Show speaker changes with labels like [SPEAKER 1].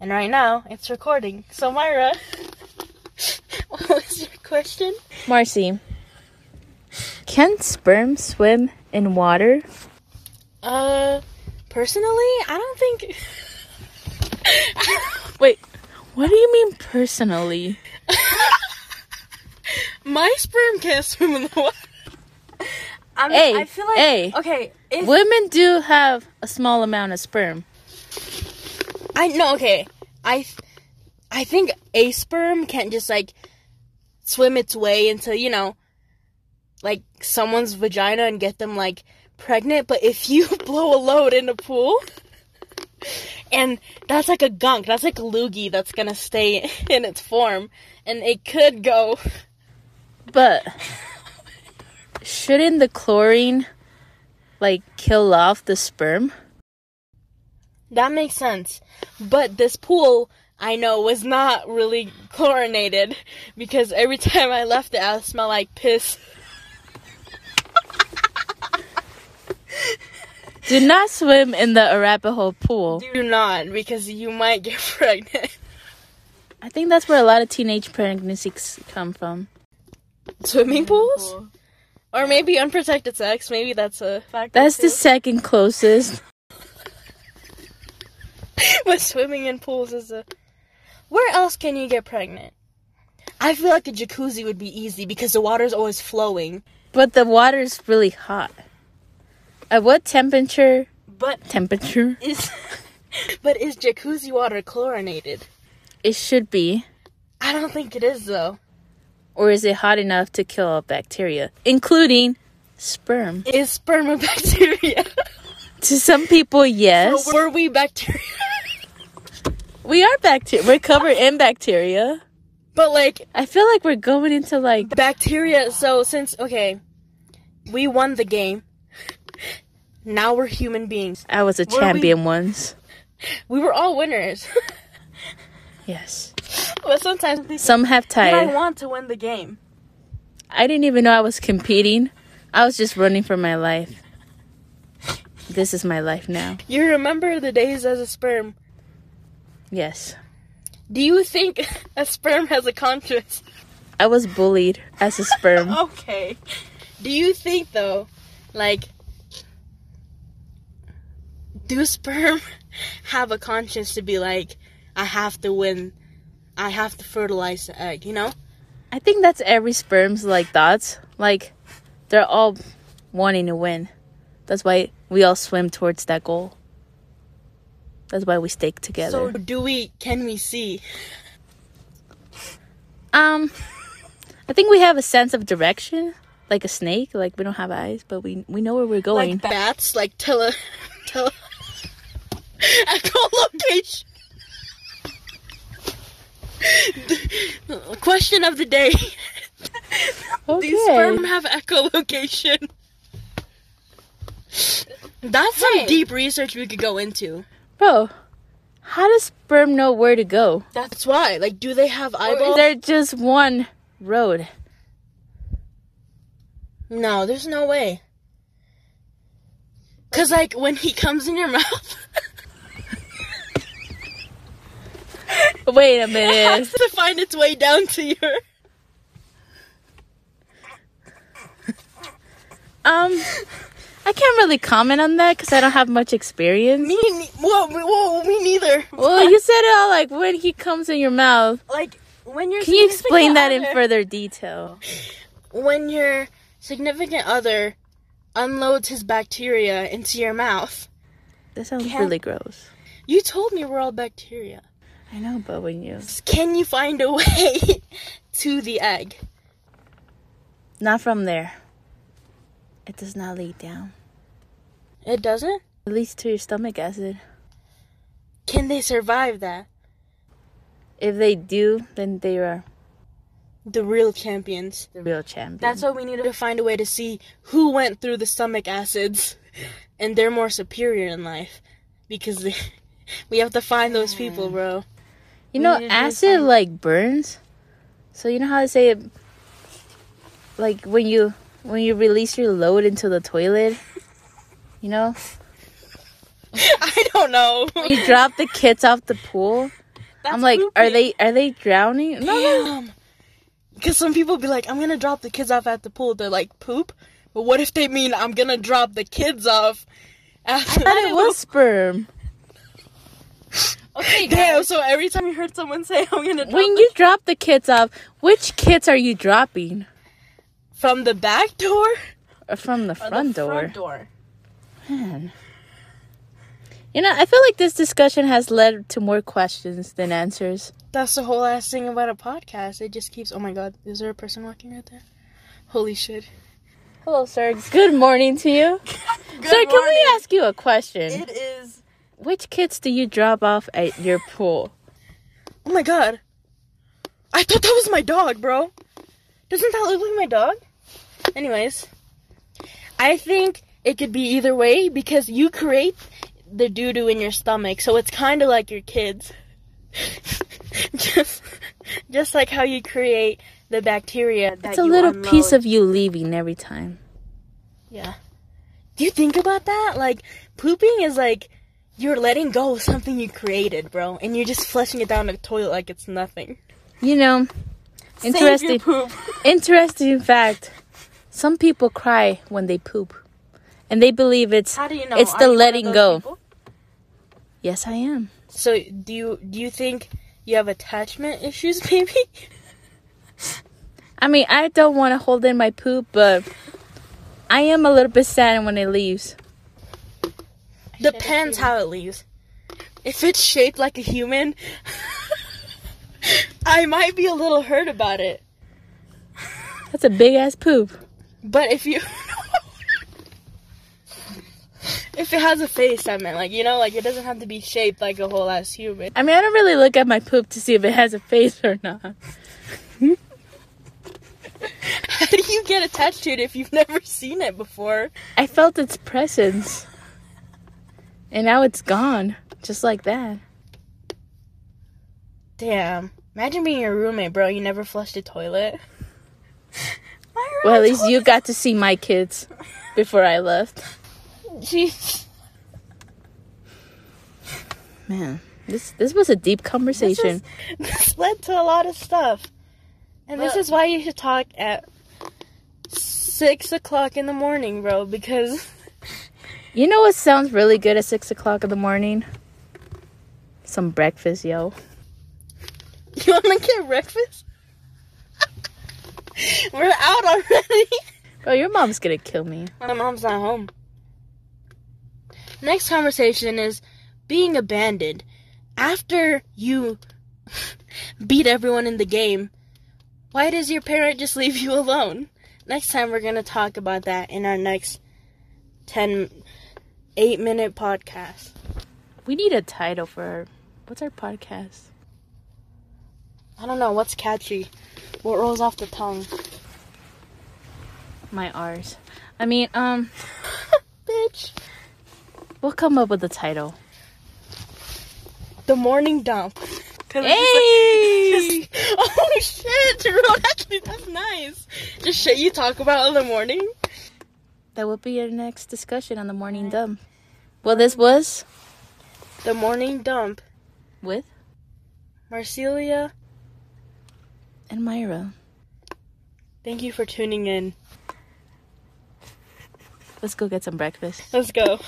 [SPEAKER 1] And right now, it's recording. So, Myra, what was your question?
[SPEAKER 2] Marcy, can sperm swim in water?
[SPEAKER 1] Uh, personally, I don't think.
[SPEAKER 2] Wait, what do you mean personally?
[SPEAKER 1] My sperm can't swim in the water.
[SPEAKER 3] I mean,
[SPEAKER 2] Hey,
[SPEAKER 3] I feel like
[SPEAKER 2] hey.
[SPEAKER 3] okay, if
[SPEAKER 2] Women do have a small amount of sperm.
[SPEAKER 1] I no okay. I th- I think a sperm can't just like swim its way into you know like someone's vagina and get them like pregnant. But if you blow a load in a pool, and that's like a gunk, that's like a loogie that's gonna stay in its form, and it could go.
[SPEAKER 2] But shouldn't the chlorine like kill off the sperm?
[SPEAKER 1] That makes sense. But this pool, I know, was not really chlorinated because every time I left it, I smell like piss.
[SPEAKER 2] Do not swim in the Arapaho pool.
[SPEAKER 1] Do not, because you might get pregnant.
[SPEAKER 2] I think that's where a lot of teenage pregnancies come from.
[SPEAKER 1] Swimming pools? Or maybe unprotected sex. Maybe that's a fact.
[SPEAKER 2] That's the second closest.
[SPEAKER 1] but swimming in pools is a. Where else can you get pregnant? I feel like a jacuzzi would be easy because the water's always flowing.
[SPEAKER 2] But the water is really hot. At what temperature?
[SPEAKER 1] But
[SPEAKER 2] Temperature?
[SPEAKER 1] is, but is jacuzzi water chlorinated?
[SPEAKER 2] It should be.
[SPEAKER 1] I don't think it is though.
[SPEAKER 2] Or is it hot enough to kill off bacteria, including sperm?
[SPEAKER 1] Is spermobacteria?
[SPEAKER 2] To some people, yes.
[SPEAKER 1] Were we bacteria?
[SPEAKER 2] we are bacteria. We're covered in bacteria.
[SPEAKER 1] but like,
[SPEAKER 2] I feel like we're going into like
[SPEAKER 1] bacteria so since okay we won the game now we're human beings
[SPEAKER 2] I was a
[SPEAKER 1] we-
[SPEAKER 2] champion once.
[SPEAKER 1] we were all winners
[SPEAKER 2] Yes.
[SPEAKER 1] but sometimes we
[SPEAKER 2] Some have
[SPEAKER 1] I
[SPEAKER 2] tired.
[SPEAKER 1] want to win the game
[SPEAKER 2] I didn't even know I was competing. I was just running for my life. This is my life now.
[SPEAKER 1] you remember the days as a sperm
[SPEAKER 2] Yes.
[SPEAKER 1] do you think a sperm has a conscience
[SPEAKER 2] I was bullied as a sperm.
[SPEAKER 1] okay do you think though like do sperm have a conscience to be like i have to win i have to fertilize the egg you know
[SPEAKER 2] I think that's every sperm's like thoughts. Like they're all wanting to win. That's why we all swim towards that goal. That's why we stick
[SPEAKER 1] So
[SPEAKER 2] together.
[SPEAKER 1] do we? Can we see?
[SPEAKER 2] um I think we have a sense of direction. Like a snake, like we don't have eyes, but we we know where we're
[SPEAKER 1] Like
[SPEAKER 2] going.
[SPEAKER 1] bats? Like tele, tele, echolocation. D- Question of the day:
[SPEAKER 2] okay.
[SPEAKER 1] Do sperm have echolocation? That's some deep research we could go into.
[SPEAKER 2] Bro, how does sperm know where to go?
[SPEAKER 1] That's why. Like, do they have eyeballs?
[SPEAKER 2] There's just one road.
[SPEAKER 1] No, there's no way. Cause like when he comes in your mouth,
[SPEAKER 2] Wait a
[SPEAKER 1] it has
[SPEAKER 2] minute.
[SPEAKER 1] to find its way down to your.
[SPEAKER 2] um I can't really comment on that because I don't have much experience.
[SPEAKER 1] Me, ne- whoa, me- whoa, me neither.
[SPEAKER 2] Well, you said it all like when he comes in your mouth.
[SPEAKER 1] Like when you're
[SPEAKER 2] Can you explain that in further detail?
[SPEAKER 1] when your significant other unloads his bacteria into your mouth.
[SPEAKER 2] That sounds
[SPEAKER 1] Can-
[SPEAKER 2] really gross.
[SPEAKER 1] You told me we're all bacteria.
[SPEAKER 2] I know, but when you
[SPEAKER 1] Can you find a way to the egg?
[SPEAKER 2] not from there, it does not leak down.
[SPEAKER 1] It doesn't.
[SPEAKER 2] It leads to your stomach acid.
[SPEAKER 1] Can they survive that?
[SPEAKER 2] If they do, then they are
[SPEAKER 1] The real champions.
[SPEAKER 2] the real champion.
[SPEAKER 1] That's why we need to find a way to see who went through the stomach acids, and they're more superior in life, because they, we have to find those people, bro.
[SPEAKER 2] you know,
[SPEAKER 3] need to do
[SPEAKER 2] acid like burns. So you know how I say it, like when you when you release your load into the toilet. You know,
[SPEAKER 1] I don't know.
[SPEAKER 2] you drop the kids off the pool I'm like, are they are they drowning? No, no.
[SPEAKER 1] Damn. Because some people be like, I'm gonna drop the kids off at the pool. They're like, poop. But what if they mean I'm gonna drop the kids off? After
[SPEAKER 2] I thought it was sperm.
[SPEAKER 3] Okay,
[SPEAKER 1] Damn,
[SPEAKER 3] guys.
[SPEAKER 1] so every time you heard someone say, I'm gonna drop
[SPEAKER 2] When
[SPEAKER 1] the-
[SPEAKER 2] you drop the kids off, which kids are you dropping?
[SPEAKER 1] from the back door?
[SPEAKER 2] Or from
[SPEAKER 3] Or
[SPEAKER 2] the
[SPEAKER 3] the
[SPEAKER 2] front door?
[SPEAKER 3] Front door.
[SPEAKER 2] Man. You know, I feel like this discussion has led to more questions than answers.
[SPEAKER 1] That's the whole ass thing about a podcast. It just keeps, oh my god, is there a person walking right there? Holy shit.
[SPEAKER 2] Hello, Sergs. Good morning to you.
[SPEAKER 3] Good
[SPEAKER 2] Sir, can
[SPEAKER 3] morning.
[SPEAKER 2] we ask you a question?
[SPEAKER 3] It is.
[SPEAKER 2] Which kids do you drop off at your pool?
[SPEAKER 1] Oh my god. I thought that was my dog, bro. Doesn't that look like my dog? Anyways, I think it could be either way because you create the doo doo in your stomach, so it's kind of like your kids. just, just like how you create the bacteria. That
[SPEAKER 2] It's a
[SPEAKER 1] you
[SPEAKER 2] little piece
[SPEAKER 1] unload.
[SPEAKER 2] of you leaving every time.
[SPEAKER 1] Yeah. Do you think about that? Like, pooping is like you're letting go of something you created, bro, and you're just flushing it down the toilet like it's nothing.
[SPEAKER 2] You know,
[SPEAKER 3] Interesting.
[SPEAKER 2] interesting
[SPEAKER 3] poop.
[SPEAKER 2] interesting fact. Some people cry when they poop. And they believe it's
[SPEAKER 3] How do you know?
[SPEAKER 2] It's
[SPEAKER 3] Are
[SPEAKER 2] the
[SPEAKER 3] you one of
[SPEAKER 2] letting
[SPEAKER 3] those
[SPEAKER 2] go.
[SPEAKER 3] people?
[SPEAKER 2] Yes, I am.
[SPEAKER 1] So, do you do you think you have attachment issues, maybe?
[SPEAKER 2] I mean, I don't want to hold in my poop, but I am a little bit sad when it leaves.
[SPEAKER 1] Depends how it leaves. If it's shaped like a human, I might be a little hurt about it.
[SPEAKER 2] That's a big ass poop.
[SPEAKER 1] But if you If it has a face, I meant like you know, like it doesn't have to be shaped like a whole ass human.
[SPEAKER 2] I mean, I don't really look at my poop to see if it has a face or not.
[SPEAKER 1] How do you get attached to it if you've never seen it before?
[SPEAKER 2] I felt its presence. And now it's gone. Just like that.
[SPEAKER 1] Damn. Imagine being your roommate, bro. You never flushed a toilet.
[SPEAKER 3] My
[SPEAKER 2] Well, at
[SPEAKER 3] roommate's
[SPEAKER 2] least you got to see my kids before I left.
[SPEAKER 1] Jeez.
[SPEAKER 2] Man, this this was a deep conversation.
[SPEAKER 1] This, is, this led to a lot of stuff. And this
[SPEAKER 3] Well-
[SPEAKER 1] is why you should talk at six o'clock in the morning, bro, because
[SPEAKER 2] You know what sounds really good at six o'clock in the morning? Some breakfast, yo.
[SPEAKER 1] you wanna get breakfast? We're out already.
[SPEAKER 2] Bro, your mom's gonna kill me.
[SPEAKER 1] My mom's not home. Next conversation is being abandoned. After you beat everyone in the game, why does your parent just leave you alone? Next time we're going to talk about that in our next 10 8 minute podcast.
[SPEAKER 2] We need a title for our, what's our podcast?
[SPEAKER 1] I don't know what's catchy. What rolls off the tongue?
[SPEAKER 2] My R's. I mean, um,
[SPEAKER 1] Bitch.
[SPEAKER 2] we'll come up with a title.
[SPEAKER 1] The morning dump. 'Cause it's just like-
[SPEAKER 2] Hey!
[SPEAKER 1] oh shit, Jerome, actually, that's nice. Just shit you talk about in the morning.
[SPEAKER 2] That will be our next discussion on the morning dump. Well, this was
[SPEAKER 1] The morning dump.
[SPEAKER 2] with
[SPEAKER 1] Marcelia,
[SPEAKER 2] and Myra.
[SPEAKER 1] thank you for tuning in.
[SPEAKER 2] Let's go get some breakfast.
[SPEAKER 1] Let's go.